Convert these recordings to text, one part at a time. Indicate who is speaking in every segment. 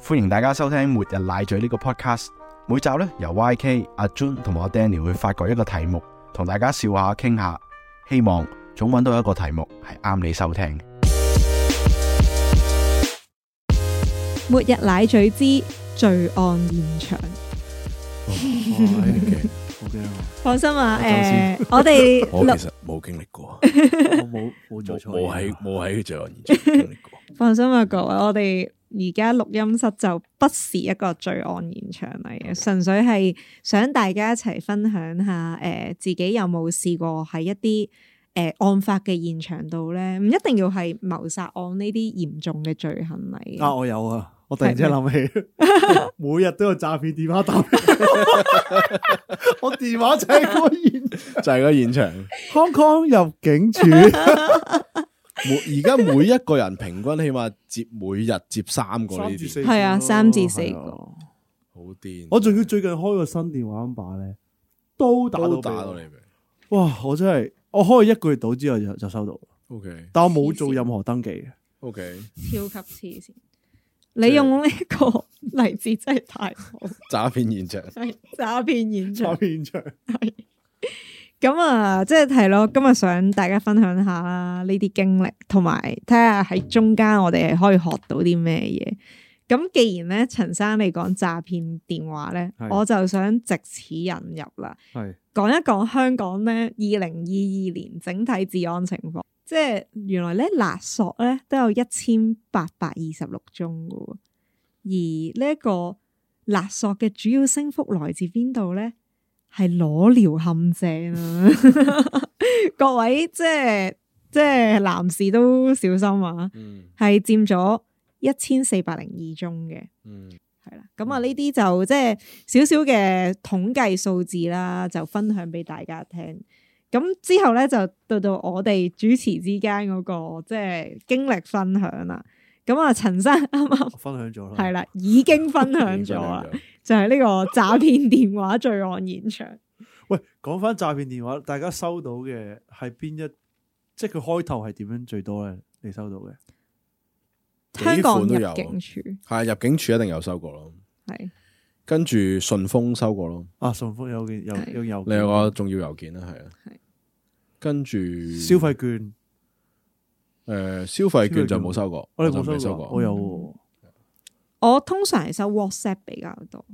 Speaker 1: 歡迎大家收聽《末日奶嘴》呢個 podcast。每集呢，由 YK、阿 Jun 同埋阿 Danny 會發掘一個題目，同大家笑下、傾下，希望總揾到一個題目係啱你收聽。
Speaker 2: 末日奶嘴之罪案現場。
Speaker 3: 哦哇呢段劇好驚啊！
Speaker 2: 放心啊，
Speaker 3: 我
Speaker 2: 誒、
Speaker 3: 暫時
Speaker 2: 我哋
Speaker 4: 我
Speaker 2: 錄
Speaker 4: 其實冇經歷過，
Speaker 3: 我冇 冇做
Speaker 4: 冇
Speaker 3: 錯
Speaker 4: 冇
Speaker 3: 嘢
Speaker 4: 喺
Speaker 3: 啊，
Speaker 4: 冇喺罪案現場經歷過。
Speaker 2: 放心啊，各位，我哋而家錄音室就不是一個罪案現場嚟
Speaker 3: 哦
Speaker 2: 嘅，純粹係想大家一齊分享下，誒、自己有冇試過喺一啲誒、案發嘅現場度咧，唔一定要係謀殺案呢啲嚴重嘅罪行嚟嘅。
Speaker 3: 啊！我有啊！我突然之間諗起，每日都有詐騙電話打俾 我，我電話就係嗰個現
Speaker 4: 就係個現場，
Speaker 3: Hong Kong 入境 處，
Speaker 4: 每而家每一個人平均起碼接每日接三個呢
Speaker 3: 三至四
Speaker 4: 啲，
Speaker 3: 個
Speaker 2: 係啊三至四個
Speaker 3: 係啊
Speaker 4: 好癲。
Speaker 3: 我仲要最近開個新電話 number 咧，都打到
Speaker 4: 都打到
Speaker 3: 俾
Speaker 4: 你未
Speaker 3: 我哇！我真係我開一個月到之後就就收到，
Speaker 4: ？O K
Speaker 3: 但我冇做任何登記嘅。
Speaker 4: O K，
Speaker 2: 超級黐線！你用呢個例子真係太好，
Speaker 4: 詐騙現場
Speaker 2: 係 詐騙現場
Speaker 3: 詐。騙場
Speaker 2: 咁啊，即係係咯，今日想大家分享下啦呢啲經歷，同埋睇下喺中間我哋係可以學到啲咩嘢。咁既然咧，陳生你講詐騙電話咧，
Speaker 3: 係
Speaker 2: 我就想藉此引入啦，
Speaker 3: 係
Speaker 2: 講一講香港咧二零二二年整體治安情況。即係原來咧勒索咧都有一千八百二十六宗嘅喎，而呢一個勒索嘅主要升幅來自邊度咧？係裸聊陷阱啊！ 各位即係即係男士都小心啊，
Speaker 4: 嗯
Speaker 2: 係佔咗一千四百零二宗嘅。
Speaker 4: 嗯，
Speaker 2: 係啦，咁啊呢啲就即係少少嘅統計數字啦，就分享俾大家聽。咁之後咧就到到我哋主持之間嗰、個即係經歷分享啦。咁啊，陳生啱啱
Speaker 3: 我分享咗啦，
Speaker 2: 係啦，已經分享咗啊啦，就係呢個詐騙電話罪案現場。
Speaker 3: 喂，講翻詐騙電話，大家收到嘅係邊一？即係佢開頭係點樣最多咧？你收到嘅
Speaker 4: 幾
Speaker 2: 香港
Speaker 4: 款都
Speaker 2: 入
Speaker 4: 有啊
Speaker 2: 境處
Speaker 4: 係入境處一定有收過咯，
Speaker 2: 係
Speaker 4: 跟住順豐收過咯，
Speaker 3: 啊，順豐有件有
Speaker 2: 係
Speaker 3: 有有
Speaker 4: 你有個重要郵件啦，係啊
Speaker 2: 係，
Speaker 4: 跟住
Speaker 3: 消費券，
Speaker 4: 誒消費券就冇收過，
Speaker 3: 我哋
Speaker 4: 就未
Speaker 3: 冇收
Speaker 4: 收
Speaker 3: 過，
Speaker 4: 過嗯
Speaker 3: 我。有喎
Speaker 2: 我通常係收 WhatsApp 比較多，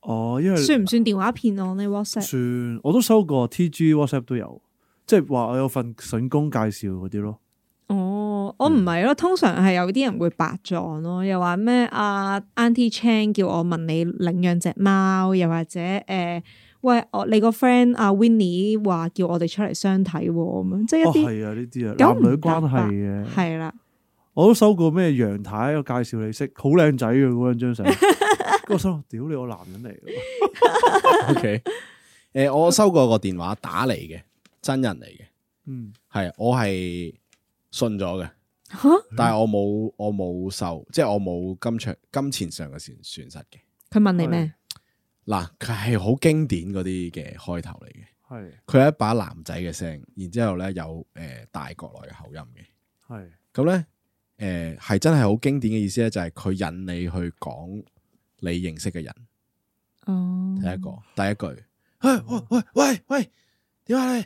Speaker 3: 哦，因為
Speaker 2: 算唔算電話騙案呢 WhatsApp
Speaker 3: 算我都收過 T G WhatsApp 都有，即係話我有份筍工介紹嗰啲咯。
Speaker 2: 哦，我唔係咯，通常係有啲人會白撞咯，又話咩啊 Auntie Chan 叫我問你領養只貓，又或者誒、呃喂我你個 friend 阿 Winnie 話叫我哋出嚟相睇喎，咁樣即係一
Speaker 3: 哦，
Speaker 2: 啲
Speaker 3: 係啊，呢啲啊，
Speaker 2: 九
Speaker 3: 男
Speaker 2: 唔
Speaker 3: 女
Speaker 2: 搭
Speaker 3: 關
Speaker 2: 八
Speaker 3: 係啊嘅，
Speaker 2: 係啦，
Speaker 3: 我都收過咩楊太我介紹你識，好靚仔嘅嗰兩 張相。我心諗，屌你，我男人嚟嘅，
Speaker 4: O K，诶，我收過個電話打嚟嘅，真人嚟嘅，
Speaker 3: 嗯，
Speaker 4: 係我係信咗嘅，
Speaker 2: 嚇
Speaker 4: 但係我冇我冇受，即係我冇金場金錢上嘅損損失嘅。
Speaker 2: 佢問你咩？
Speaker 4: 嗱，佢係好經典嗰啲嘅開頭嚟嘅，
Speaker 3: 係
Speaker 4: 佢係一把男仔嘅聲，然之後咧有诶、呃大國內嘅口音嘅，
Speaker 3: 係
Speaker 4: 咁咧诶係真係好經典嘅意思咧，就係佢引你去講你認識嘅人。
Speaker 2: 哦，
Speaker 4: 第一個，第一句，嗯哎喂喂喂喂，點解你？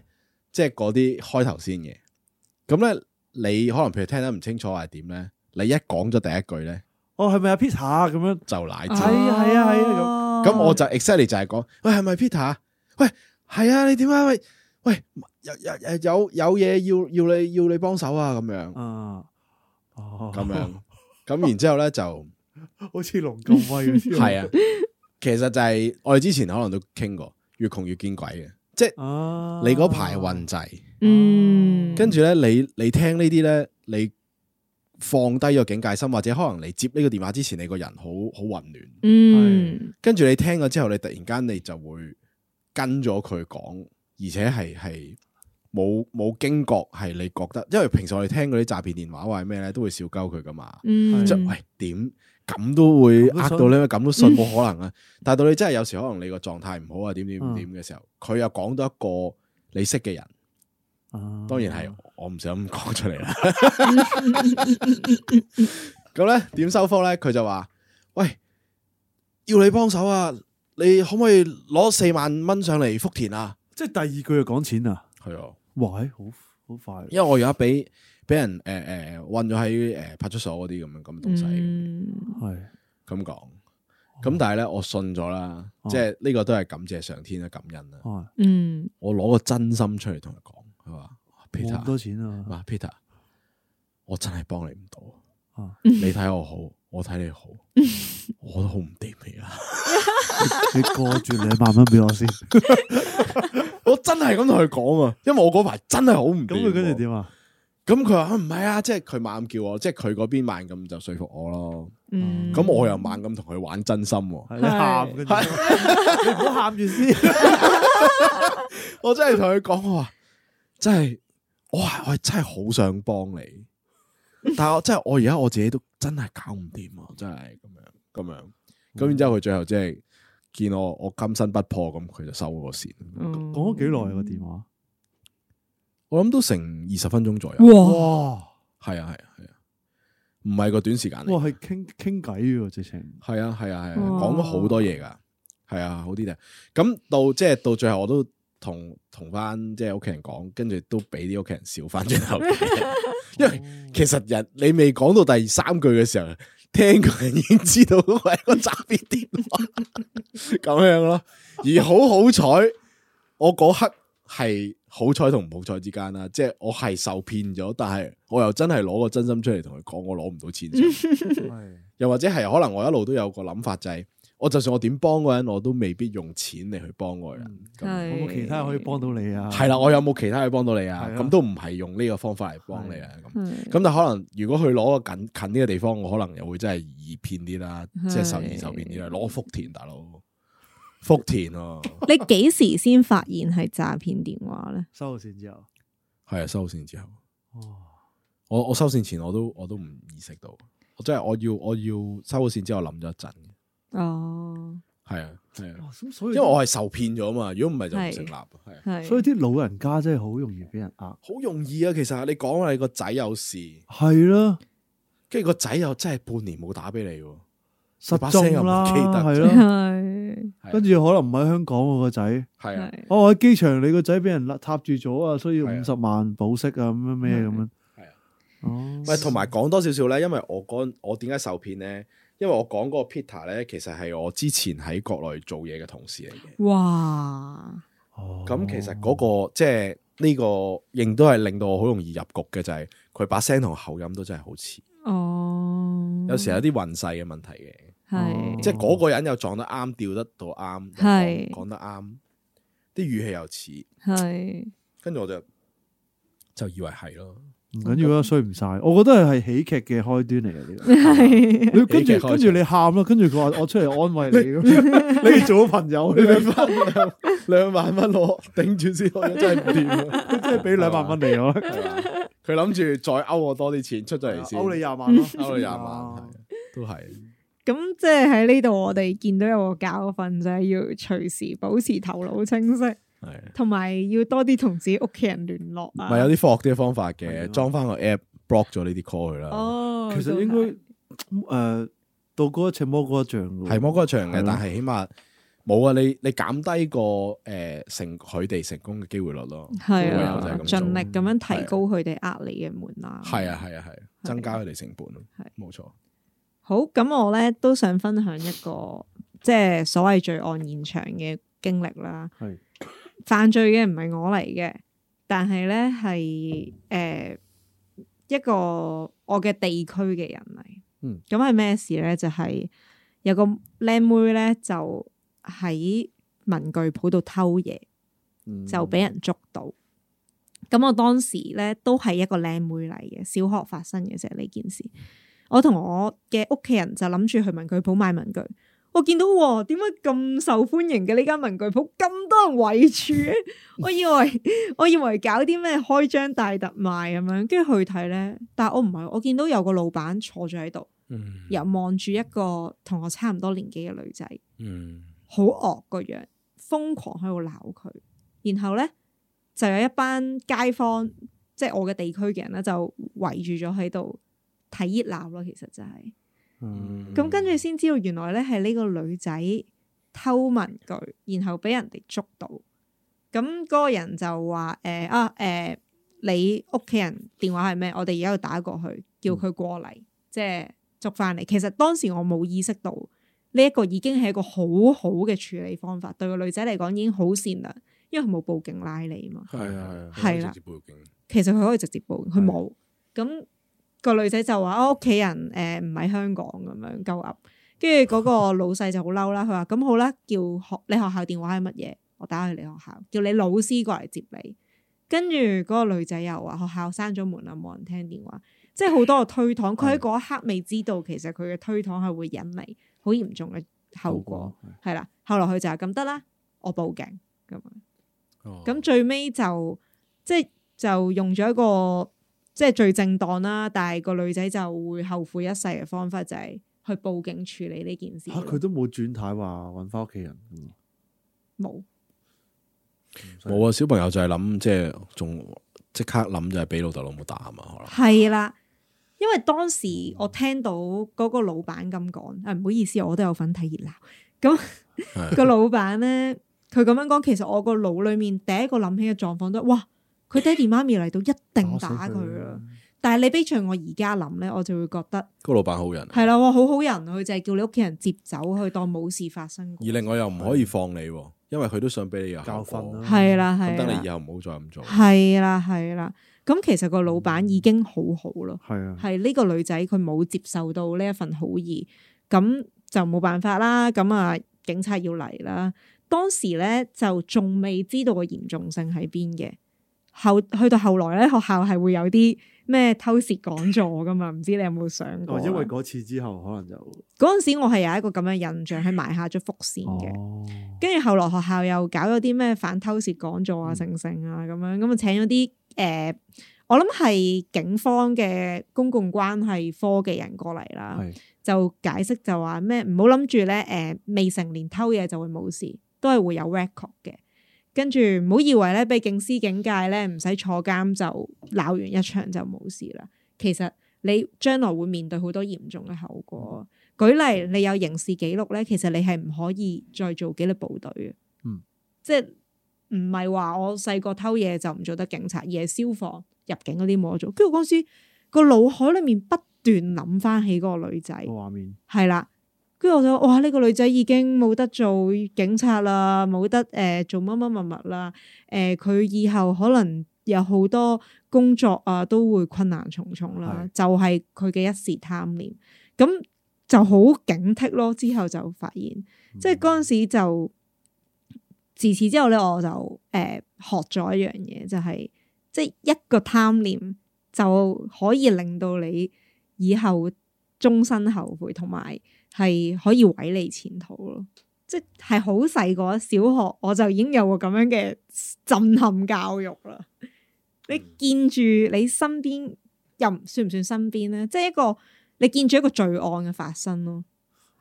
Speaker 4: 即係嗰啲開頭先嘅。咁咧，你可能譬如聽得唔清楚係點咧，你一講咗第一句咧
Speaker 3: 哦，係咪阿 Peter 咁樣？
Speaker 4: 就奶
Speaker 2: 哦，
Speaker 4: 字。
Speaker 3: 係啊係啊係啊
Speaker 4: 咁、我就 exactly 就係講，喂係咪 Peter？喂啊係啊，你點解喂喂有有有有嘢要要你要你幫手啊咁樣
Speaker 3: 啊，哦，
Speaker 4: 咁 樣，咁然之後咧 就。
Speaker 3: 好似龍咁威嘅，
Speaker 4: 系啊，其實就係我哋之前可能都傾過，越窮越見鬼嘅，即係
Speaker 3: 啊，
Speaker 4: 你嗰排運滯，
Speaker 2: 嗯，
Speaker 4: 跟住咧你你听呢啲咧，你放低個警戒心，或者可能你接呢個電話之前，你個人好好混亂，
Speaker 2: 嗯
Speaker 4: 跟住你聽咗之後，你突然間你就會跟咗佢講，而且係係冇冇驚覺係你覺得，因為平時我哋聽嗰啲詐騙電話或係咩咧，都會笑鳩佢噶嘛。
Speaker 2: 嗯，
Speaker 4: 即係喂點咁都會呃到你，咁都信冇可能啊！但係到你真係有時可能你個狀態唔好啊，點點點嘅時候，佢又講到一個你識嘅人，
Speaker 3: 啊嗯
Speaker 4: 當然係我唔想咁講出嚟啦。咁咧點收科咧？佢就話：喂，要你幫手啊！你可唔可以攞四萬蚊上嚟福田啊？
Speaker 3: 即系第二句就讲钱啊！
Speaker 4: 係啊，
Speaker 3: 哇，好好快，
Speaker 4: 因為我而家俾俾人诶诶困咗喺诶派出所嗰啲咁樣咁嘅東西
Speaker 2: 嗯，
Speaker 3: 系
Speaker 4: 咁講。咁但係咧，我信咗啦，
Speaker 3: 哦
Speaker 4: 即係呢個都係感謝上天啦，感恩啦。
Speaker 3: 啊，
Speaker 2: 嗯，
Speaker 4: 我攞個真心出嚟同佢講，佢話
Speaker 3: 冇咁
Speaker 4: Peter
Speaker 3: 多錢啊！
Speaker 4: 話 Peter，我真係幫你唔到。
Speaker 3: 啊，
Speaker 4: 你睇我好，我睇你好，我都好唔掂你啊！
Speaker 3: 你過住兩萬蚊俾我先，咁
Speaker 4: 我真係咁同佢講啊，因為我嗰排真係好唔掂。
Speaker 3: 佢跟住？點啊？
Speaker 4: 咁佢話啊唔係啊，即係佢猛咁叫我，即係佢嗰邊猛咁就說服我咯。
Speaker 2: 嗯，
Speaker 4: 咁我又猛咁同佢玩真心喎。
Speaker 3: 係你喊跟住， 你唔好喊 住先。
Speaker 4: 我真係同佢講，我話真係，我係我係真係好想幫 你，但係我真係我而家我自己都真係搞唔掂啊！真係咁樣咁樣，咁然之後佢最後即係見我我金身不破，咁佢就收咗個線。哦
Speaker 2: 講
Speaker 3: 講咗幾耐啊個電話？
Speaker 4: 我諗都成二十分鐘左右，
Speaker 2: 哇，
Speaker 3: 哇
Speaker 4: 係啊係啊係啊，唔係個短時間嚟
Speaker 3: 哇，係傾傾偈喎，直情
Speaker 4: 系啊，系啊，系啊，
Speaker 2: 哇
Speaker 4: 講咗好多嘢噶，係啊，好啲嘅。咁到即係到最後，我都同同翻即係屋企人講，跟住都俾啲屋企人笑翻轉頭嘅。因為其實人你未講到第三句嘅時候，聽個人已經知道嗰個係一個詐騙電話咁樣咯。而好好彩，我嗰刻係好彩同唔好彩之間啦，即係我係受騙咗，但係我又真係攞個真心出嚟同佢講，我攞唔到錢上。
Speaker 3: 係
Speaker 4: 又或者係可能我一路都有個諗法就係，我就算我點幫嗰個人，我都未必用錢嚟去幫嗰個人。咁
Speaker 2: 係
Speaker 3: 有冇其他可以幫到你啊？
Speaker 4: 係啦，我有冇其他去幫到你啊
Speaker 3: 係？啊
Speaker 4: 咁都唔係用呢個方法嚟幫你啊。咁
Speaker 2: 係
Speaker 4: 咁但可能如果去攞個近近呢個地方，我可能又會真係易騙啲啦，
Speaker 2: 係
Speaker 4: 即係受易受騙啲啦。攞福田大佬，福田啊，
Speaker 2: 你幾時先發現係詐騙電話咧？
Speaker 3: 收咗線之後，
Speaker 4: 係啊，收線之後，哦
Speaker 3: 哇，
Speaker 4: 我我收線前我都我都唔意識到，我真係我要我要收咗線之後諗咗一陣，
Speaker 2: 哦，
Speaker 4: 係啊係啊，
Speaker 3: 哇咁所以
Speaker 4: 因為我係受騙咗嘛，如果唔係就唔成立，係啊。
Speaker 2: 係，
Speaker 3: 所以啲老人家真係好容易俾人呃，
Speaker 4: 好容易啊！其實你講話你個仔有事，
Speaker 3: 係啦，
Speaker 4: 跟住個仔又真係半年冇打俾你喎，
Speaker 3: 失
Speaker 4: 把聲又
Speaker 3: 蹤
Speaker 4: 唔
Speaker 3: 啦，
Speaker 4: 記得
Speaker 3: 係 咯，
Speaker 2: 係
Speaker 3: 跟住可能唔喺香港喎個仔。
Speaker 4: 係啊，
Speaker 2: 係
Speaker 3: 哦，我喺機場你個仔俾人勒塔住咗啊，需要
Speaker 4: 係啊
Speaker 3: 五十萬保釋啊，咁樣咩咁樣。
Speaker 4: 係啊。
Speaker 3: 哦，
Speaker 4: 喂，同埋講多少少咧，因為我嗰我點解受騙咧？因為我講嗰個 Peter 咧，其實係我之前喺國內做嘢嘅同事嚟嘅。
Speaker 2: 哇，
Speaker 3: 哦
Speaker 4: 咁其實嗰、個即係呢個，亦都係令到我好容易入局嘅，就係佢把聲同口音都真係好似，
Speaker 2: 哦，
Speaker 4: 有時有哦啲運勢嘅問題嘅，
Speaker 2: 係
Speaker 4: 即係嗰個人又撞得啱，調得到啱，
Speaker 2: 哦係
Speaker 4: 講得啱，啲語氣又似，
Speaker 2: 係
Speaker 4: 跟住我就就以為係咯。
Speaker 3: 唔緊要啦，啊衰唔晒。我覺得係喜劇嘅開端嚟嘅呢個。
Speaker 2: 係
Speaker 3: 你跟
Speaker 4: 喜劇開
Speaker 3: 住
Speaker 4: 始
Speaker 3: 跟住你喊啦，跟住佢話我出嚟安慰你咁， 你做好朋友，你
Speaker 4: 兩蚊兩兩萬蚊我頂住先，我真係唔掂啊！
Speaker 3: 真係俾兩萬蚊你我，
Speaker 4: 係嘛佢諗住再勾我多啲錢出咗嚟先，
Speaker 3: 勾你廿萬咯，
Speaker 4: 勾你廿萬，係
Speaker 3: 啊
Speaker 4: 都係
Speaker 2: 咁即係喺呢度，我哋見到有個教訓就係要隨時保持頭腦清晰，
Speaker 4: 係。
Speaker 2: 同埋要多啲同自己屋企人聯絡啊。
Speaker 4: 咪有啲科學啲嘅方法
Speaker 3: 係
Speaker 4: 嘅
Speaker 3: 啊，
Speaker 4: 裝翻個 app block 咗呢啲 call 佢啦。
Speaker 2: 哦，
Speaker 3: 其實應該誒到嗰一尺摸嗰一丈嘅喎，
Speaker 4: 係魔嗰場
Speaker 3: 係
Speaker 4: 嘅，
Speaker 3: 咯
Speaker 4: 但係起碼冇啊！你你減低個誒成佢哋成功嘅機會率咯。
Speaker 2: 係
Speaker 4: 唯有就係
Speaker 2: 啊
Speaker 4: 咁，做
Speaker 2: 盡力咁樣提高佢哋呃你嘅門檻。
Speaker 4: 係啊係啊係啊，增加佢哋成本咯
Speaker 2: 係。
Speaker 4: 冇錯。
Speaker 2: 好，咁我咧都想分享一個即係所謂罪案現場嘅經歷啦。
Speaker 3: 係
Speaker 2: 犯罪嘅唔係我嚟嘅，但係咧係誒一個我嘅地區嘅人嚟。
Speaker 3: 嗯，
Speaker 2: 咁係咩事咧？就係、有個靚妹咧就喺文具鋪度偷嘢。
Speaker 3: 嗯
Speaker 2: 就俾人捉到。咁我當時咧都係一個靚妹嚟嘅，小學發生嘅啫呢件事。我同我嘅屋企人就諗住去文具鋪買文具，我見到喎點解咁受歡迎嘅呢間文具鋪咁多人圍住 嘅，我以為我以為搞啲咩開張大特賣咁樣，跟住去睇咧，但我唔係，我見到有個老闆坐咗喺度，
Speaker 4: 嗯
Speaker 2: 又望住一個同我差唔多年紀嘅女仔。
Speaker 4: 嗯
Speaker 2: 好惡個樣，瘋狂喺度鬧佢。然後咧就有一班街坊，即係我嘅地區嘅人咧，就圍住咗喺度睇熱鬧咯，其實就係、
Speaker 3: 嗯
Speaker 2: 咁跟住
Speaker 4: 啊
Speaker 2: 先知道原來咧係呢個女仔偷文具，然後俾人哋捉到。咁嗰個人就話：誒、啊誒、你屋企人電話係咩？我哋而家要打過去，叫佢過嚟，即係捉翻嚟。其實當時我冇意識到呢一個已經係一個好好嘅處理方法，對個女仔嚟講已經好善良，因為佢冇報警拉你嘛。
Speaker 4: 系啊系啊，
Speaker 2: 係啦
Speaker 4: 直接報警，
Speaker 2: 其實佢可以直接報，佢冇。咁、個女仔就話：啊，屋企人誒唔喺香港咁樣鳩噏。跟住嗰個老細就好嬲啦，佢話：咁好啦，叫學你學校電話係乜嘢？我打去你學校，叫你老師過嚟接你。跟住嗰個女仔又話：學校閂咗門啦，冇人聽電話。即係好多個推搪，佢喺嗰一刻未知道，其實佢嘅推搪係會引嚟好嚴重嘅後果，係啦。後來佢就係咁得啦，我報警咁樣。
Speaker 4: 哦
Speaker 2: 咁最尾就即係就用咗一個即係最正當啦，但係個女仔就會後悔一世嘅方法就係去報警處理呢件事
Speaker 3: 吓
Speaker 2: 咯。
Speaker 3: 佢都冇轉態話揾翻屋企人咁啊
Speaker 2: 冇
Speaker 4: 冇啊，小朋友就係諗即係仲即刻諗就係俾老豆老母打啊嘛，可能
Speaker 2: 係啦，因為當時我聽到嗰個老闆咁講，啊唔好意思，我都有份睇熱鬧。
Speaker 4: 係
Speaker 2: 個老闆咧，佢咁樣講，其實我個腦裡面第一個諗起嘅狀況都係哇，佢爹哋媽咪嚟到一定打佢啊啦。！但係你比著我而家諗咧，我就會覺得。
Speaker 4: 個老闆好人，啊
Speaker 2: 係啦，哇，好好人，啊佢就係叫你屋企人接走，佢當冇事發生
Speaker 4: 而
Speaker 2: 過。
Speaker 4: 另外又唔可以放你喎，因為佢啊都想俾你有效果
Speaker 3: 教訓啊啦
Speaker 2: 係啦，
Speaker 4: 咁
Speaker 2: 係啊
Speaker 4: 等你以
Speaker 2: 啦，
Speaker 4: 後唔好再咁做。
Speaker 2: 係啦，係啦。咁其實個老闆已經好好咯，
Speaker 3: 係啊，
Speaker 2: 係呢個女仔佢冇接受到呢一份好意，咁就冇辦法啦。咁啊，警察要嚟啦。當時咧就仲未知道個嚴重性喺邊嘅。後去到後來咧，學校係會有啲咩偷竊講座噶嘛？唔知你有冇上過
Speaker 3: 哦
Speaker 2: 啊？，
Speaker 3: 因為嗰次之後可能就
Speaker 2: 嗰陣時我係有一個咁嘅印象，係埋下咗伏線嘅。
Speaker 3: 哦，
Speaker 2: 跟住後來學校又搞咗啲咩反偷竊講座啊、成成啊咁樣，咁啊請咗啲誒，我諗係警方嘅公共關係科嘅人過嚟啦，
Speaker 3: 係
Speaker 2: 就解釋就話咩唔好諗住咧誒未成年偷嘢就會冇事，都係會有 record 嘅。跟住唔好以為咧俾警司警戒咧唔使坐監就鬧完一場就冇事啦，其實你將來會面對好多嚴重嘅後果。舉例，你有刑事記錄咧，其實你係唔可以再做紀律部隊嘅。
Speaker 3: 嗯，
Speaker 2: 即係唔係話我細個偷嘢就唔做得警察，而係消防、入境嗰啲冇得做。跟住嗰陣時個腦海裡面不斷諗翻起嗰個女仔，
Speaker 3: 個畫面
Speaker 2: 係啦。跟住我就哇！呢、個女仔已經冇得做警察啦，冇得誒、呃做乜乜乜乜啦。誒、佢以後可能有好多工作啊，都會困難重重啦。就係佢嘅一時貪念，咁就好警惕咯。之後就發現，
Speaker 3: 嗯
Speaker 2: 即係嗰陣時就自此之後咧，我就誒、呃、學咗一樣嘢，就係、即係一個貪念就可以令到你以後終身後悔，同埋係可以毀你前途咯。即係好細個，小學我就已經有個咁樣嘅震撼教育啦。你見住你身邊，又唔算唔算身邊咧？即係一個你見住一個罪案嘅發生咯。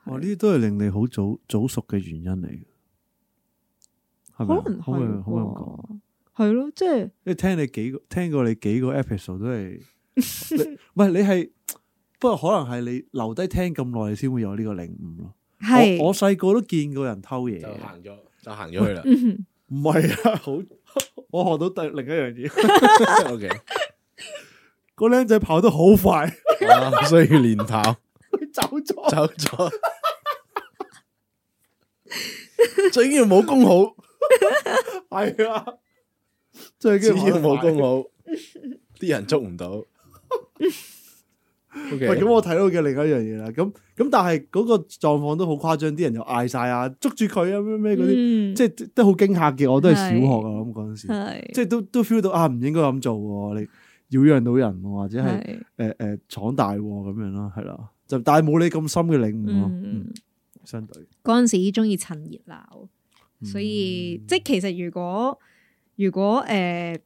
Speaker 3: 哦，呢啲都係令你好早早熟嘅原因嚟嘅，係咪啊？
Speaker 2: 可能
Speaker 3: 可唔可以可唔可以咁講？
Speaker 2: 係係咯，即係
Speaker 3: 即係聽你幾個聽過你幾個 episode 都 係，你唔係你係，不過可能係你留低聽咁耐，你先會有呢個領悟咯。
Speaker 2: 係
Speaker 3: 我我細個都見過人偷嘢，
Speaker 4: 就行咗 就行咗去啦。
Speaker 2: 嗯
Speaker 3: 唔係啊，好，我學到第另一樣嘢，
Speaker 4: O K，
Speaker 3: 個僆仔跑得好快，
Speaker 4: 需要練跑。
Speaker 3: 佢走咗，
Speaker 4: 走咗，最緊要武功好，
Speaker 3: 係啊，最
Speaker 4: 只
Speaker 3: 緊要
Speaker 4: 要武功
Speaker 3: 我。
Speaker 4: 好，啲人捉唔到。O
Speaker 3: 喂，
Speaker 4: K，
Speaker 3: 咁我睇到嘅另一樣嘢啦，咁咁但係嗰個狀況都好誇張，啲人又嗌晒啊，捉住佢啊，咩咩嗰啲，
Speaker 2: 嗯
Speaker 3: 即係都好驚嚇嘅。我都係小學
Speaker 2: 係
Speaker 3: 啊，我諗嗰陣時。
Speaker 2: 係
Speaker 3: 即係都都 feel 到啊，唔應該咁做喎，你擾攘到人喎，或者係
Speaker 2: 係
Speaker 3: 誒誒闖大禍咁樣咯，係啦，就但係冇你咁深嘅領悟咯，
Speaker 2: 嗯
Speaker 3: 嗯，相對
Speaker 2: 嗰陣時中意趁熱鬧，所以
Speaker 3: 嗯
Speaker 2: 即係其實如果如果誒、呃、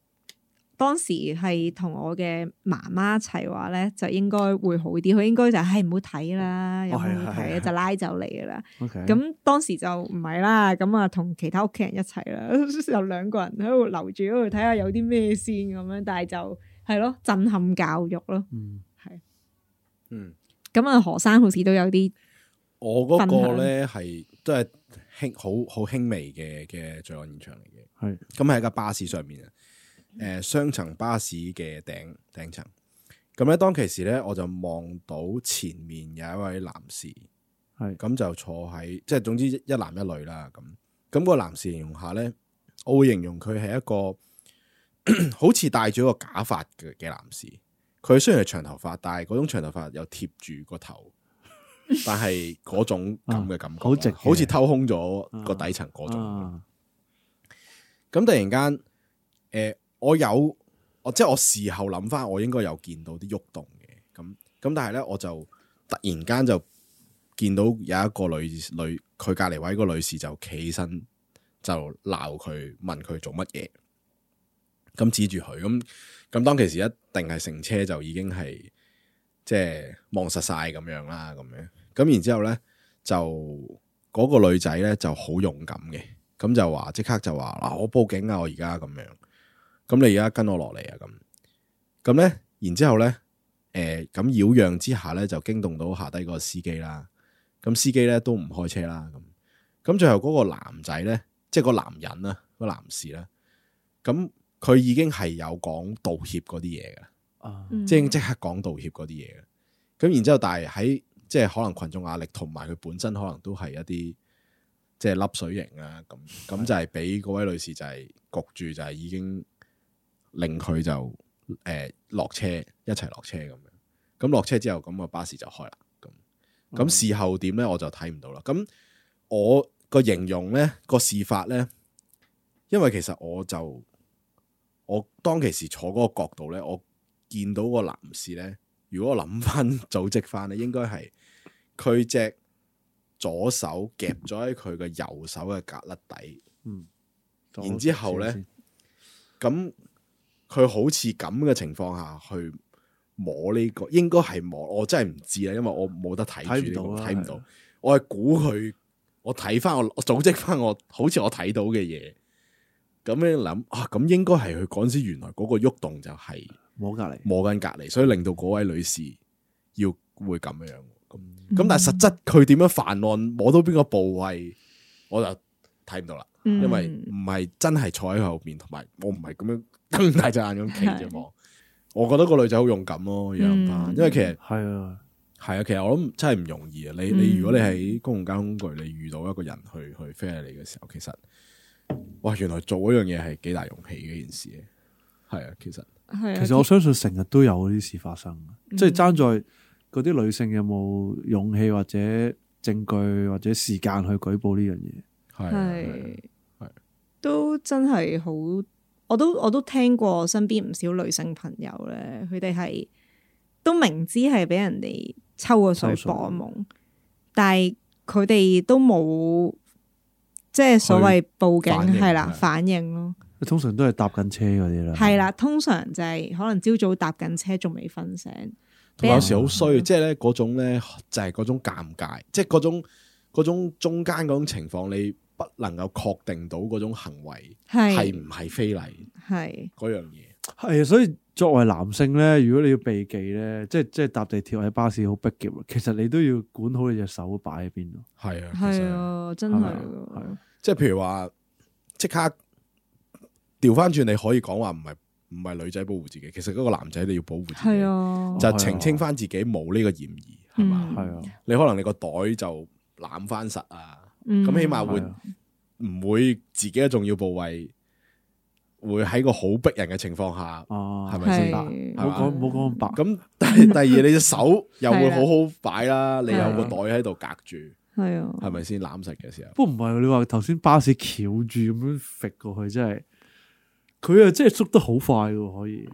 Speaker 2: 當時係同我嘅媽媽一齊話咧，就應該會好啲。佢應該就係唉唔好睇啦，有咩
Speaker 3: 係
Speaker 2: 好
Speaker 3: 啊
Speaker 2: 睇
Speaker 3: 係啊
Speaker 2: 啊就拉走你噶啦。
Speaker 3: OK，
Speaker 2: 咁當時就唔係啦，咁啊同其他屋企人一齊啦， 有兩個人喺度留住喺度睇下有啲咩先咁樣，但係就係咯震撼教育咯，
Speaker 3: 嗯
Speaker 2: 係
Speaker 4: 嗯，
Speaker 2: 咁啊，何生好似都有啲
Speaker 4: 我嗰個咧係都係輕好好輕微嘅嘅罪案現場嚟嘅。
Speaker 3: 係
Speaker 4: 咁喺架巴士上面啊，诶、雙層巴士嘅頂頂層。咁咧，當其時咧，我就望到前面有一位男士，
Speaker 3: 係
Speaker 4: 咁就坐喺，即係總之一一男一女啦。咁咁、個男士形容下咧，我會形容佢係一個 好似戴住一個假髮嘅嘅男士。佢雖然係長頭髮，但係嗰種長頭髮又貼住個 頭，但係嗰種咁嘅感覺啦，
Speaker 3: 啊好直嘅
Speaker 4: 好似偷空咗個底層嗰種。
Speaker 3: 啊，
Speaker 4: 咁突然間，诶、我有我即係我事後諗翻，我應該有見到啲喐動嘅，咁咁但係咧，我就突然間就見到有一個女女，佢隔離位個女士就企起身就鬧佢，問佢做乜嘢，咁指住佢，咁咁當其時一定係乘車就已經係即係望實晒咁樣啦，咁樣咁然之後咧就嗰、個女仔咧就好勇敢嘅。啊咁就話即刻就話嗱、我報警啊，我而家咁樣，咁你而家跟我落嚟啊，咁啊咁咧，然之後咧，誒咁擾攘之下咧，就驚動到下低嗰個司機啦，咁司機咧都唔開車啦，咁咁最後嗰個男仔咧，即係個男人啊，個男士啦，咁佢已經係有講道歉嗰啲嘢嘅。
Speaker 3: 啊
Speaker 2: 嗯
Speaker 4: 即係即刻講道歉嗰啲嘢嘅。咁然之後，但係喺即係可能群眾壓力同埋佢本身可能都係一啲即係粒水型啊，咁咁就係俾嗰位女士就係焗住，就係已經令佢就誒呃落、車一齊落車咁樣。咁落車之後，咁個巴士就開啦。咁咁事後點咧，我就睇唔到啦。咁我個形容咧個事發咧，因為其實我就我當其時坐嗰個角度咧，我見到個男士咧，如果我諗翻組織翻咧，應該係佢隻左手夾咗喺佢嘅右手嘅格肋底，
Speaker 3: 嗯，
Speaker 4: 然之後呢
Speaker 3: 先
Speaker 4: 咁佢好似咁嘅情況下去摸呢、個，應該係摸，我真係唔知啊啦，因為我冇得睇住呢
Speaker 3: 睇唔到
Speaker 4: 個，
Speaker 3: 啊
Speaker 4: 睇唔
Speaker 3: 係
Speaker 4: 到
Speaker 3: 啊，
Speaker 4: 我係估佢，我睇翻我我組織翻我，好似我睇到嘅嘢，咁樣諗啊，咁應該係佢嗰陣時原來嗰個喐動就係、
Speaker 3: 摸隔離，
Speaker 4: 摸緊隔離，所以令到嗰位女士要會咁樣。咁咁但係實質佢點樣犯案，摸到邊個部位，我就睇唔到啦，因為
Speaker 2: 嗯
Speaker 4: 唔係真係坐喺佢後邊，同埋我唔係咁 樣瞪大隻眼咁企住望。我覺得個女仔好勇敢咯，而家諗翻
Speaker 2: 嗯
Speaker 4: 因為其實
Speaker 3: 係啊，
Speaker 4: 係啊，其實我諗真係唔容易啊！你
Speaker 2: 嗯
Speaker 4: 你如果你喺公共交通工具，你遇到一個人去去飛你嘅時候，其實哇，原來做嗰樣嘢係幾大勇氣嘅一件事嘅，係啊，其實
Speaker 2: 係啊嗯
Speaker 3: 其實我相信成日都有呢啲事發生，即係爭在嗰啲女性有冇勇氣或者證據或者時間去舉報呢樣嘢。
Speaker 4: 係啊係啊
Speaker 2: 係
Speaker 4: 係
Speaker 2: 都真係好，我都我都聽過身邊唔少女性朋友咧，佢哋係都明知係俾人哋抽個水
Speaker 3: 抽水
Speaker 2: 綁夢，但係佢哋都冇即係所謂報
Speaker 4: 反應
Speaker 2: 警係啦
Speaker 4: 係嗯
Speaker 2: 反應咯，
Speaker 3: 通常都係搭緊車嗰啲啦，
Speaker 2: 係啦，通常就係可能朝早搭緊車仲未瞓醒，俾
Speaker 4: 同埋有
Speaker 2: 人嗯
Speaker 4: 時好衰，即係咧嗰種咧就係嗰種尷尬，即係嗰種嗰種中間嗰種情況，你不能夠確定到嗰種行為係
Speaker 2: 係
Speaker 4: 唔係非禮
Speaker 2: 係
Speaker 4: 嗰樣嘢。
Speaker 3: 係，啊所以作為男性咧，如果你要避忌咧，即係即係搭地鐵或者巴士好逼夾啊，其實你都要管好你隻手擺喺邊度。
Speaker 4: 係啊，其
Speaker 2: 係
Speaker 4: 實
Speaker 2: 啊，真係
Speaker 3: 係啊係
Speaker 2: 㗎
Speaker 3: 啊
Speaker 4: 即係譬如話即刻調翻轉，你可以講話唔係唔係女仔保護自己，其實嗰個男仔你要保護自
Speaker 2: 係
Speaker 4: 己，
Speaker 2: 啊，
Speaker 4: 就澄清翻自己冇呢個嫌疑係嘛
Speaker 2: 嗯？
Speaker 3: 係啊，
Speaker 4: 你可能你個袋就攬翻實啊，
Speaker 2: 咁
Speaker 4: 咁起碼會
Speaker 3: 係啊
Speaker 4: 唔會自己嘅重要部位會喺個好逼人嘅情況下。
Speaker 3: 哦，
Speaker 4: 係咪
Speaker 2: 係
Speaker 4: 先啊
Speaker 3: 明白冇
Speaker 4: 係嘛
Speaker 3: 講冇講咁白，
Speaker 4: 咁第 第二，你隻手又會
Speaker 2: 係啦
Speaker 4: 好好擺啦，你有個
Speaker 2: 係啊
Speaker 4: 袋喺度隔住，
Speaker 2: 係啊，
Speaker 4: 係咪先攬實嘅時候？
Speaker 3: 不過唔係你話頭先巴士翹住咁樣揈過去，真係佢啊真係捉得好快喎，可以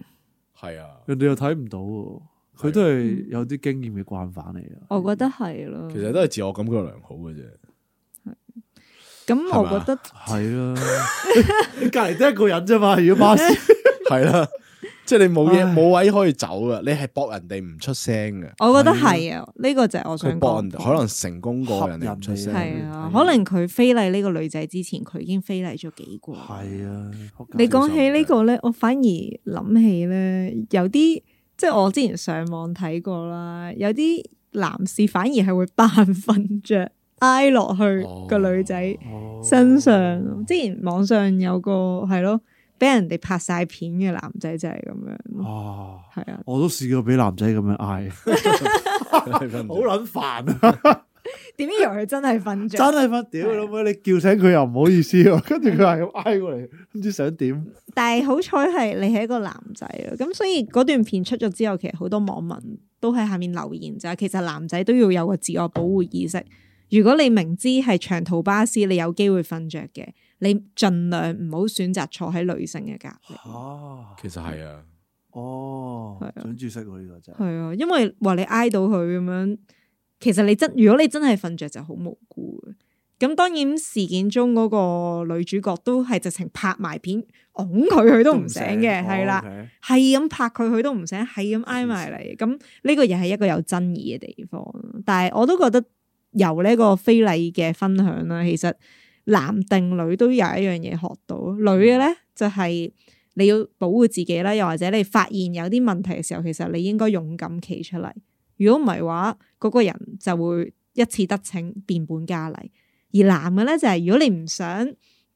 Speaker 4: 係啊，
Speaker 3: 人哋又睇唔到喎，佢都係啊
Speaker 2: 嗯
Speaker 3: 有啲經驗嘅慣犯嚟啊。
Speaker 2: 我覺得係咯。
Speaker 4: 其實都係自我感覺良好嘅啫。
Speaker 2: 咁，
Speaker 4: 係嘛
Speaker 2: 我覺得
Speaker 3: 係 啦，你隔離得一個人啫嘛，如果巴士
Speaker 4: 係啦，即係你冇嘢
Speaker 3: 唉
Speaker 4: 冇位可以走噶，你係搏人哋唔出聲嘅。
Speaker 2: 我覺得係啊，呢個就係我想
Speaker 4: 佢搏
Speaker 2: 講
Speaker 4: 人，。可能成功過人哋唔出
Speaker 3: 恰人
Speaker 4: 聲。
Speaker 2: 係啊，
Speaker 3: 係
Speaker 2: 可能佢非禮呢個女仔之前，佢已經非禮咗幾個。
Speaker 3: 係啊，
Speaker 2: 你講起呢個咧，我反而諗起咧，有啲即係我之前上網睇過啦，有啲男士反而係會扮瞓着，挨落去個女仔
Speaker 3: 哦
Speaker 2: 身上。啊之前網上有個係咯，俾人哋拍晒片嘅男仔就係咁樣，
Speaker 3: 哦，
Speaker 2: 係啊，
Speaker 3: 我都試過俾男仔咁樣嗌，好
Speaker 4: 好啦，
Speaker 3: 撚煩 啊！
Speaker 2: 點知以為佢真係瞓
Speaker 3: 真
Speaker 2: 着，
Speaker 3: 係瞓屌老母，你叫醒佢又唔好意思喎，跟住佢係咁嗌過嚟，唔知想點。
Speaker 2: 但係好彩係你係一個男仔咯，咁所以嗰段片出咗之後，其實好多網民都喺下面留言就係其實男仔都要有個自我保護意識。如果你明知係長途巴士，你有機會瞓着嘅，你盡量唔好選擇坐喺女性嘅隔離。
Speaker 3: 哦
Speaker 4: 其實係啊，
Speaker 3: 哦
Speaker 2: 係啊，
Speaker 3: 準注識喎呢個真係。
Speaker 2: 係啊，因為話你挨到佢咁樣，其實你真如果你真係瞓着就好無辜嘅。咁當然事件中嗰個女主角都係直情拍埋片，擁佢佢都唔醒哦嘅，係啦，
Speaker 3: 哦
Speaker 2: 係咁拍佢佢都唔醒，係咁挨埋嚟。咁呢個又係一個有爭議嘅地方。但係我都覺得由呢個非禮嘅分享啦，其實男定女都有一樣嘢學到，女嘅咧就係、你要保護自己啦，又或者你發現有啲問題嘅時候，其實你應該勇敢企出嚟。如果唔係話，嗰、個人就會一次得逞，變本加厲。而男嘅咧就係、如果你唔想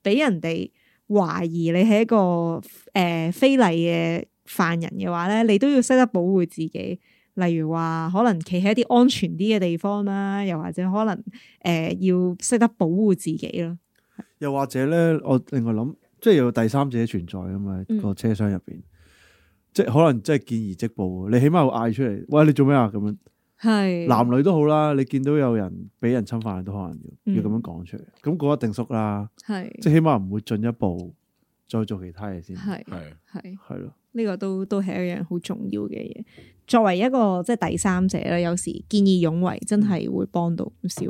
Speaker 2: 俾人哋懷疑你係一個誒、呃非禮嘅犯人嘅話咧，你都要識得保護自己。例如話，可能企喺一啲安全啲嘅地方啦，又或者可能誒、呃要識得保護自己咯。
Speaker 3: 又或者咧，我另外諗，即係有第三者存在啊嘛，
Speaker 2: 嗯
Speaker 3: 個車廂入邊，即係可能真係見而即報喎。你起碼會嗌出嚟，喂，你做咩啊？咁樣
Speaker 2: 係
Speaker 3: 男女都好啦，你見到有人俾人侵犯，你都可能
Speaker 2: 嗯
Speaker 3: 要要咁樣講出嚟，咁嗰一定縮啦，即
Speaker 2: 係
Speaker 3: 係起碼唔會進一步再做其他嘢先，係
Speaker 2: 係
Speaker 4: 係
Speaker 2: 係。
Speaker 3: 咯，
Speaker 2: 呢個都都係一樣好重要嘅嘢。作為一個即係第三者咧，有時見義勇為真係會幫到唔少。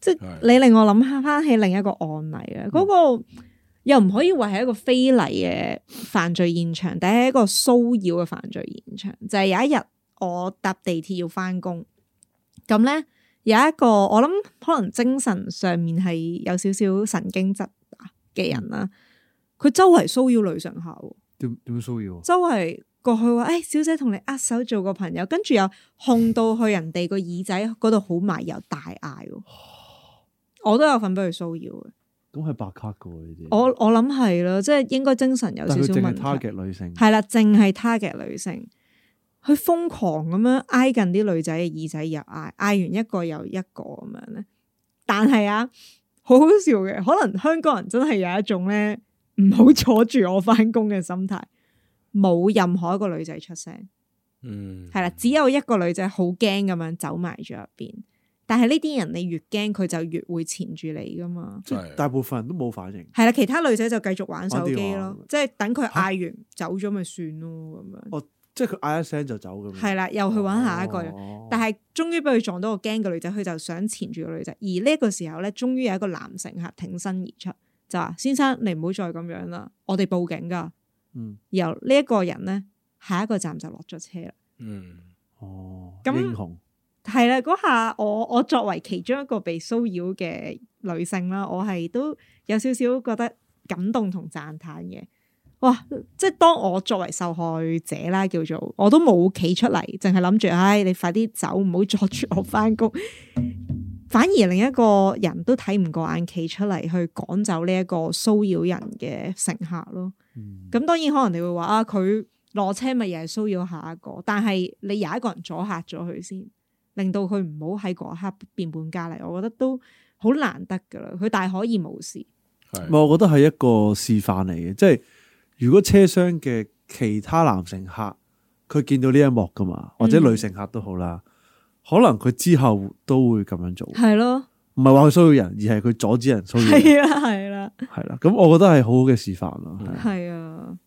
Speaker 2: 即係
Speaker 4: 係
Speaker 2: 你令我諗翻起另一個案例啊，嗰、個又唔可以話係一個非禮嘅犯罪現場，但係一個騷擾嘅犯罪現場。就係、有一日我搭地鐵要翻工，咁咧有一個我諗可能精神上面係有少少神經質嘅人啦，佢周圍騷擾女上客喎。
Speaker 3: 點點騷擾啊？
Speaker 2: 周圍過去話：，誒、哎小姐同你握手做個朋友，跟住又控到去人哋個耳仔嗰度好埋，又大嗌喎。
Speaker 3: 哦
Speaker 2: 我都有份俾佢騷擾嘅，
Speaker 3: 咁係白卡噶喎呢啲，
Speaker 2: 我我諗係啦，即係應該精神有少
Speaker 3: 但係佢
Speaker 2: 少
Speaker 3: 淨係
Speaker 2: 問題。
Speaker 3: target 女性，
Speaker 2: 係啦，淨係 target 女性，佢瘋狂咁樣挨近啲女仔嘅耳仔又嗌，嗌完一個又一個咁樣咧。但係啊，好好笑嘅，可能香港人真係有一種咧唔好阻住我翻工嘅心態，冇任何一個女仔出聲。
Speaker 4: 嗯，
Speaker 2: 係啦，只有一個女仔好驚咁樣走埋咗入邊，但係呢啲人你越驚佢就越會纏住你噶嘛。
Speaker 4: 真係
Speaker 3: 大部分人都冇反應。
Speaker 2: 係啦，其他女仔就繼續玩手機
Speaker 3: 玩
Speaker 2: 咯
Speaker 3: 電話，
Speaker 2: 即係等佢嗌完走咗咪算咯咁樣。
Speaker 3: 即係佢嗌一聲就走咁樣。
Speaker 2: 係啦，又去揾下一個人，
Speaker 3: 哦
Speaker 2: 但係終於俾佢撞到個驚嘅女仔，佢就想纏住個女仔。而呢一個時候咧，終於有一個男乘客挺身而出，就話：先生，你唔好再咁樣啦，我哋報警㗎。
Speaker 3: 嗯，
Speaker 2: 由呢一個人咧，下一個站就落咗車啦。
Speaker 4: 嗯
Speaker 3: 哦，
Speaker 2: 咁
Speaker 3: 英雄
Speaker 2: 係啦，嗰下我我作為其中一個被騷擾嘅女性啦，我係都有少少覺得感動同讚歎嘅。哇！即係當我作為受害者啦，叫做我都冇企出嚟，淨係諗住，唉，你快啲走，唔好阻住我翻工。反而另一個人都睇唔過眼，企出嚟去趕走呢一個騷擾人嘅乘客咯。
Speaker 3: 嗯
Speaker 2: 咁當然可能你會話啊，佢落車咪又係騷擾下一個，但係你有一個人阻嚇咗佢先，令到佢唔好喺嗰一刻變本加厲，我覺得都好難得噶啦。佢大可以無視，
Speaker 4: 係
Speaker 3: 唔係，我覺得係一個示範嚟嘅，即係如果車廂嘅其他男乘客佢見到呢一幕噶嘛，或者
Speaker 2: 嗯
Speaker 3: 女乘客都好啦，可能佢之後都會咁樣做，
Speaker 2: 係咯，
Speaker 3: 唔係話佢騷擾人，而係佢阻止人騷擾人，
Speaker 2: 嗯係啊，係啦，
Speaker 3: 係啦。咁我覺得係好好嘅示範咯，
Speaker 4: 嗯
Speaker 3: 係啊
Speaker 2: 係啊，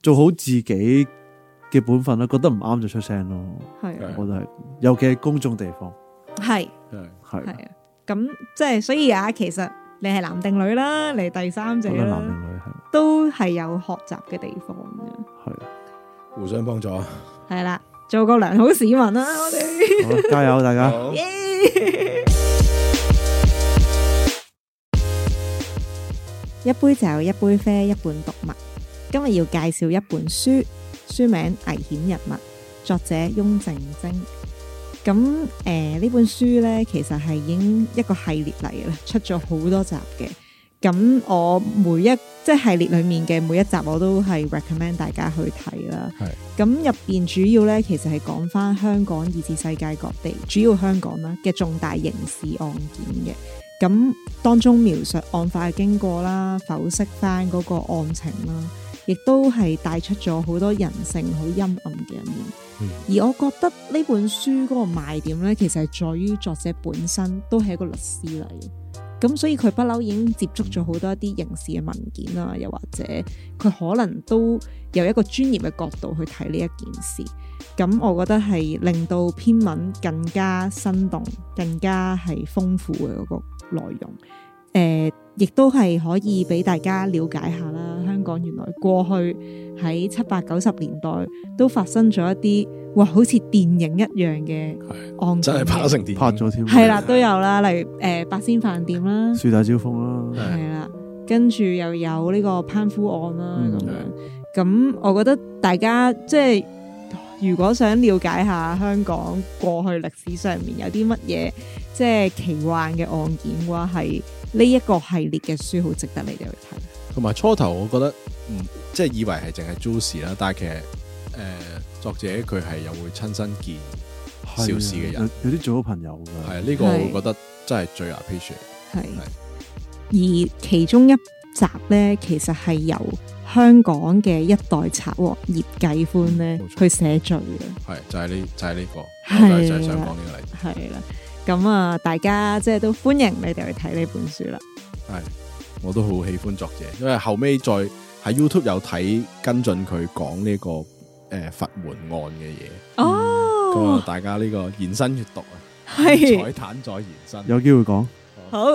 Speaker 3: 做好自己嘅本分啦，覺得唔啱就出聲咯，
Speaker 2: 係啊，
Speaker 3: 我覺得係，尤其係公眾地方，
Speaker 2: 係
Speaker 4: 係
Speaker 3: 係
Speaker 2: 係啊。咁即係所以啊，其實你係男定女啦，你係第三者
Speaker 3: 覺得男定
Speaker 2: 啦，
Speaker 3: 女係
Speaker 2: 都係有學習嘅地方嘅。
Speaker 3: 係。
Speaker 4: 互相幫助啊。
Speaker 2: 係啦，做個良好市民啦，我哋。
Speaker 3: 好啦，加油大家！
Speaker 4: 好
Speaker 2: 一杯酒，一杯啡，一本讀物。今日要介紹一本書，書名《危險人物》，作者翁靜晶。咁诶呢本書咧，其實係已經一個系列嚟嘅啦，出咗好多集嘅。咁我每一即係系列裡面嘅每一集，我都係 recommend 大家去睇啦。咁入邊主要咧，其實係講翻香港以至世界各地，主要香港啦嘅重大刑事案件嘅。咁當中描述案發嘅經過啦，剖析翻嗰個案情啦，亦都係帶出咗好多人性好陰暗嘅一面。而我覺得呢本書嗰個賣點咧，其實係在於作者本身都係一個律師嚟嘅，咁所以佢不嬲已經接觸咗好多一啲刑事嘅文件啦，又或者佢可能都由一個專業嘅角度去睇呢一件事。咁我覺得係令到篇文更加生動、更加係豐富嘅嗰個內容。誒、亦都係可以俾大家了解下啦。香港原來過去喺七八九十年代都發生咗一啲哇，好似電影一樣嘅案件嘅，
Speaker 4: 真係拍咗成電影
Speaker 3: 拍咗添，
Speaker 2: 係啦，都有啦，例如誒、八仙飯店啦。
Speaker 3: 樹大招風啦，
Speaker 2: 係啦，跟住又有呢個攀夫案啦
Speaker 3: 嗯
Speaker 2: 咁樣。咁我覺得大家即係如果想了解下香港過去歷史上面有啲乜嘢即係奇幻嘅案件嘅話，係呢一個系列嘅書好值得你哋去睇。
Speaker 4: 同埋初頭我覺得唔即係以為係淨係 Juicy 啦，但係其實誒、呃作者佢係又會親身見，
Speaker 3: 係啊
Speaker 4: 肇事嘅人
Speaker 3: 有有啲做咗朋友
Speaker 4: 係啊
Speaker 3: 㗎，
Speaker 4: 呢、個我
Speaker 2: 係
Speaker 4: 覺得真係最 appreciate。
Speaker 2: 係。而其中一集咧，其實係由香港嘅一代賊王葉繼歡咧
Speaker 4: 冇錯
Speaker 2: 去寫序嘅，
Speaker 4: 係就係呢就係呢個，
Speaker 2: 係
Speaker 4: 我就係就係想講呢個例子。
Speaker 2: 係啦。咁啊，大家即係都歡迎你哋去睇呢本書啦。
Speaker 4: 係我都好喜歡作者，因為後尾再喺 YouTube 有睇跟進佢講呢個誒、呃、佛門案嘅嘢，嗯咁啊、
Speaker 2: 哦，
Speaker 4: 大家呢個延伸閱讀啊，
Speaker 2: 係
Speaker 4: 彩蛋再延伸。
Speaker 3: 有機會講。
Speaker 2: 好，